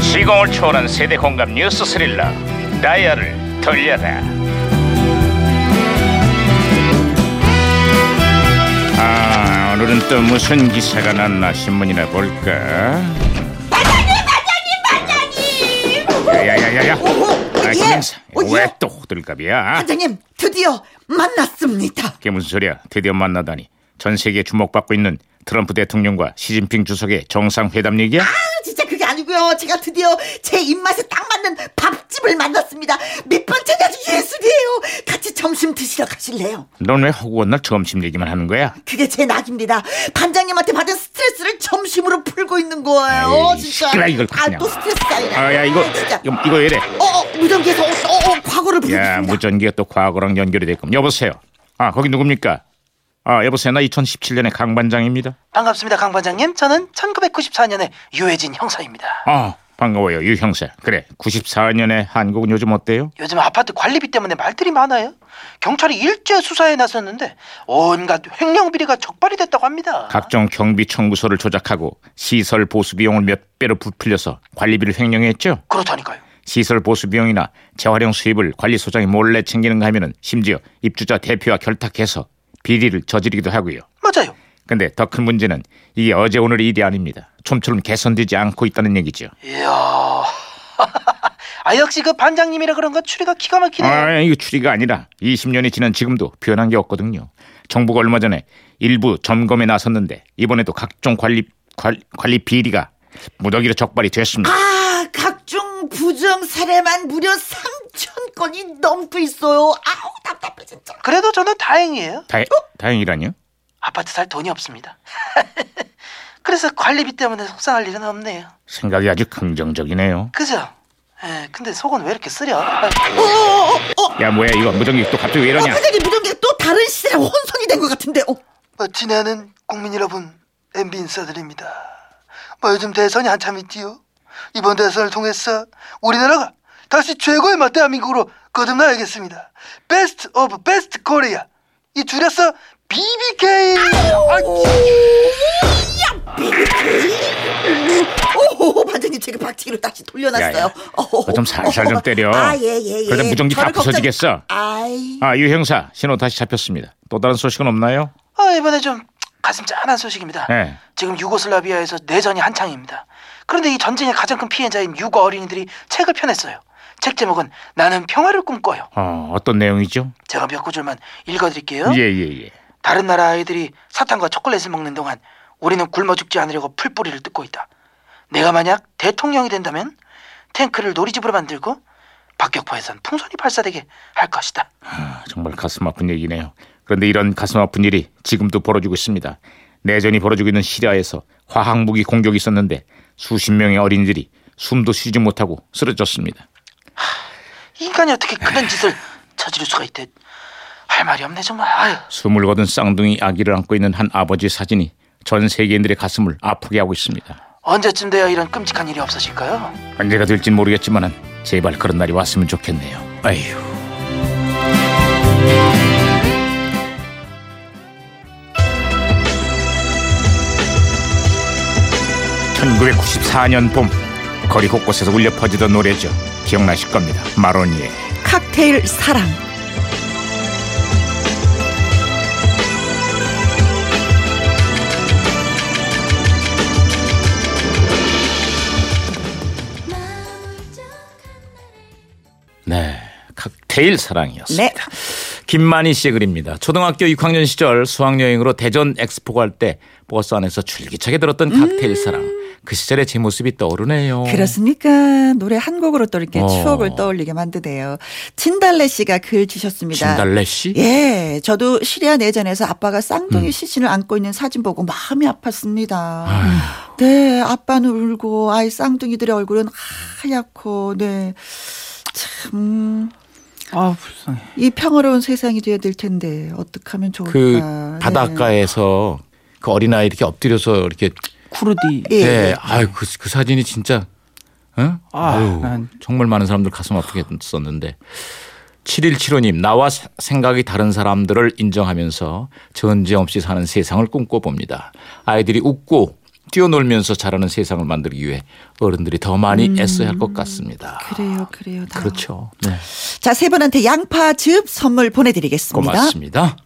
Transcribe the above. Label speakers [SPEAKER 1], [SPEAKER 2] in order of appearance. [SPEAKER 1] 시공을 초월한 세대 공감 뉴스 스릴러 다이얼을 돌려라 아 오늘은 또 무슨 기사가 났나 신문이나 볼까 야야야야야 아,
[SPEAKER 2] 예.
[SPEAKER 1] 김행사
[SPEAKER 2] 어, 예.
[SPEAKER 1] 왜또 호들갑이야
[SPEAKER 2] 반장님 드디어 만났습니다.
[SPEAKER 1] 그게 무슨 소리야 드디어 만나다니 전 세계에 주목받고 있는 트럼프 대통령과 시진핑 주석의 정상회담 얘기야?
[SPEAKER 2] 아, 진짜 그게 아니고요. 제가 드디어 제 입맛에 딱 맞는 밥집을 만났습니다. 밑반찬이 아주 예술이에요. 같이 점심 드시러 가실래요?
[SPEAKER 1] 넌 왜 허구한 날 점심 얘기만 하는 거야?
[SPEAKER 2] 그게 제 낙입니다. 반장님한테 받은 스트레스를 점심으로 풀고 있는 거예요.
[SPEAKER 1] 에이,
[SPEAKER 2] 진짜.
[SPEAKER 1] 시끄러워, 이걸
[SPEAKER 2] 아,
[SPEAKER 1] 그냥.
[SPEAKER 2] 또 스트레스가 아니라.
[SPEAKER 1] 아 야 이거
[SPEAKER 2] 진짜.
[SPEAKER 1] 이거, 이거 이래
[SPEAKER 2] 어, 어, 무전기에서 어, 어, 어, 과거를 보고
[SPEAKER 1] 야
[SPEAKER 2] 있습니다.
[SPEAKER 1] 무전기가 또 과거랑 연결이 됐군 여보세요 아 거기 누굽니까 아 여보세요 나 2017년의 강 반장입니다
[SPEAKER 3] 반갑습니다, 강 반장님. 저는 1994년에 유해진 형사입니다.
[SPEAKER 1] 아 반가워요 유 형사 그래 94년에 한국은 요즘 어때요
[SPEAKER 3] 요즘 아파트 관리비 때문에 말들이 많아요. 경찰이 일제 수사에 나섰는데 온갖 횡령 비리가 적발이 됐다고 합니다.
[SPEAKER 1] 각종 경비 청구서를 조작하고 시설 보수 비용을 몇 배로 부풀려서 관리비를 횡령했죠
[SPEAKER 3] 그렇다니까요.
[SPEAKER 1] 시설 보수 비용이나 재활용 수입을 관리소장이 몰래 챙기는가 하면은 심지어 입주자 대표와 결탁해서 비리를 저지르기도 하고요
[SPEAKER 3] 맞아요.
[SPEAKER 1] 근데 더 큰 문제는 이게 어제 오늘 일이 아닙니다. 좀처럼 개선되지 않고 있다는 얘기죠.
[SPEAKER 3] 이야. 아 역시 그 반장님이라 그런 거 추리가 기가 막히네요.
[SPEAKER 1] 아, 이거 추리가 아니라 20년이 지난 지금도 변한 게 없거든요. 정부가 얼마 전에 일부 점검에 나섰는데 이번에도 각종 관리 관- 관리 비리가 무더기로 적발이 됐습니다.
[SPEAKER 2] 아, 각종 부정 사례만 무려 3천 건이 넘고 있어요. 아우, 답답해, 진짜.
[SPEAKER 3] 그래도 저는 다행이에요.
[SPEAKER 1] 다, 다행이라뇨?
[SPEAKER 3] 아파트 살 돈이 없습니다. 그래서 관리비 때문에 속상할 일은 없네요.
[SPEAKER 1] 생각이 아주 긍정적이네요.
[SPEAKER 3] 그죠? 에, 근데 속은 왜 이렇게 쓰려? 아,
[SPEAKER 1] 야 뭐야 이거 무전기 또 갑자기 왜 이러냐?
[SPEAKER 2] 어, 사장님 무전기 또 다른 시대에 혼선이 된 것 같은데. 어,
[SPEAKER 3] 뭐, 지내는 국민 여러분, MB 인사드립니다. 뭐, 요즘 대선이 한참 있지요. 이번 대선을 통해서 우리나라가 다시 최고의 맛 대한민국으로 거듭나야겠습니다. 베스트 오브 베스트 코리아. 이 줄여서 BBK. 아,
[SPEAKER 2] 오호 반장님 제가 박치기로 다시 돌려놨어요.
[SPEAKER 1] 야, 야.
[SPEAKER 2] 어허.
[SPEAKER 1] 좀 살살 좀 때려.
[SPEAKER 2] 아 예 예예.
[SPEAKER 1] 그러다 무전기 다 부서지겠어.
[SPEAKER 2] 아이.
[SPEAKER 1] 아 유 형사 신호 다시 잡혔습니다. 또 다른 소식은 없나요?
[SPEAKER 3] 아, 이번에 좀 가슴 짠한 소식입니다.
[SPEAKER 1] 네.
[SPEAKER 3] 지금 유고슬라비아에서 내전이 한창입니다. 그런데 이 전쟁의 가장 큰 피해자인 유고 어린이들이 책을 펴냈어요. 책 제목은 나는 평화를 꿈꿔요.
[SPEAKER 1] 어, 어떤 내용이죠?
[SPEAKER 3] 제가 몇 구절만 읽어드릴게요.
[SPEAKER 1] 예 예, 예.
[SPEAKER 3] 다른 나라 아이들이 사탕과 초콜릿을 먹는 동안 우리는 굶어 죽지 않으려고 풀뿌리를 뜯고 있다. 내가 만약 대통령이 된다면 탱크를 놀이집으로 만들고 박격포에선 풍선이 발사되게 할 것이다.
[SPEAKER 1] 아, 정말 가슴 아픈 얘기네요. 그런데 이런 가슴 아픈 일이 지금도 벌어지고 있습니다. 내전이 벌어지고 있는 시리아에서 화학 무기 공격이 있었는데 수십 명의 어린이들이 숨도 쉬지 못하고 쓰러졌습니다.
[SPEAKER 3] 인간이 어떻게 그런 짓을 저지를 수가 있대. 할 말이 없네 정말. 아유.
[SPEAKER 1] 숨을 거둔 쌍둥이 아기를 안고 있는 한 아버지의 사진이 전 세계인들의 가슴을 아프게 하고 있습니다.
[SPEAKER 3] 언제쯤 돼야 이런 끔찍한 일이 없어질까요?
[SPEAKER 1] 언제가 될진 모르겠지만 제발 그런 날이 왔으면 좋겠네요. 아휴. (1994년) 봄 거리 곳곳에서 울려 퍼지던 노래죠 기억나실 겁니다 마로니의
[SPEAKER 2] 칵테일 사랑.
[SPEAKER 1] 네 칵테일 사랑이었습니다
[SPEAKER 2] 네.
[SPEAKER 1] 김만희 씨의 글입니다 초등학교 6학년 시절 수학여행으로 대전 엑스포 갈 때 버스 안에서 줄기차게 들었던 칵테일 사랑
[SPEAKER 2] 음.
[SPEAKER 1] 그 시절의 제 모습이 떠오르네요
[SPEAKER 2] 그렇습니까? 노래 한 곡으로 또 이렇게
[SPEAKER 1] 어.
[SPEAKER 2] 추억을 떠올리게 만드네요. 진달래 씨가 글 주셨습니다.
[SPEAKER 1] 진달래 씨
[SPEAKER 2] 예, 저도 시리아 내전에서 아빠가 쌍둥이 시신을 안고 있는 사진 보고 마음이 아팠습니다. 네, 아빠는 울고 아이 쌍둥이들의 얼굴은 하얗고 네. 참.
[SPEAKER 3] 아 불쌍해.
[SPEAKER 2] 이 평화로운 세상이 돼야 될 텐데 어떻게 하면 좋을까?
[SPEAKER 4] 그
[SPEAKER 2] 네.
[SPEAKER 4] 바닷가에서 그 어린아이 이렇게 엎드려서 이렇게
[SPEAKER 3] 쿠르디.
[SPEAKER 2] 예.
[SPEAKER 4] 네. 아유 그, 그 사진이 진짜 응?
[SPEAKER 3] 아,
[SPEAKER 4] 아유,
[SPEAKER 3] 난-
[SPEAKER 4] 정말 많은 사람들 가슴 아프게 썼는데 7175님 나와 사- 생각이 다른 사람들을 인정하면서 전쟁 없이 사는 세상을 꿈꿔봅니다. 아이들이 웃고
[SPEAKER 1] 뛰어놀면서 자라는 세상을 만들기 위해 어른들이 더 많이 애써야 할 것 같습니다.
[SPEAKER 2] 그래요, 음. 그래요. 다.
[SPEAKER 1] 그렇죠. 네.
[SPEAKER 2] 자, 세 분한테 양파즙 선물 보내드리겠습니다.
[SPEAKER 1] 고맙습니다.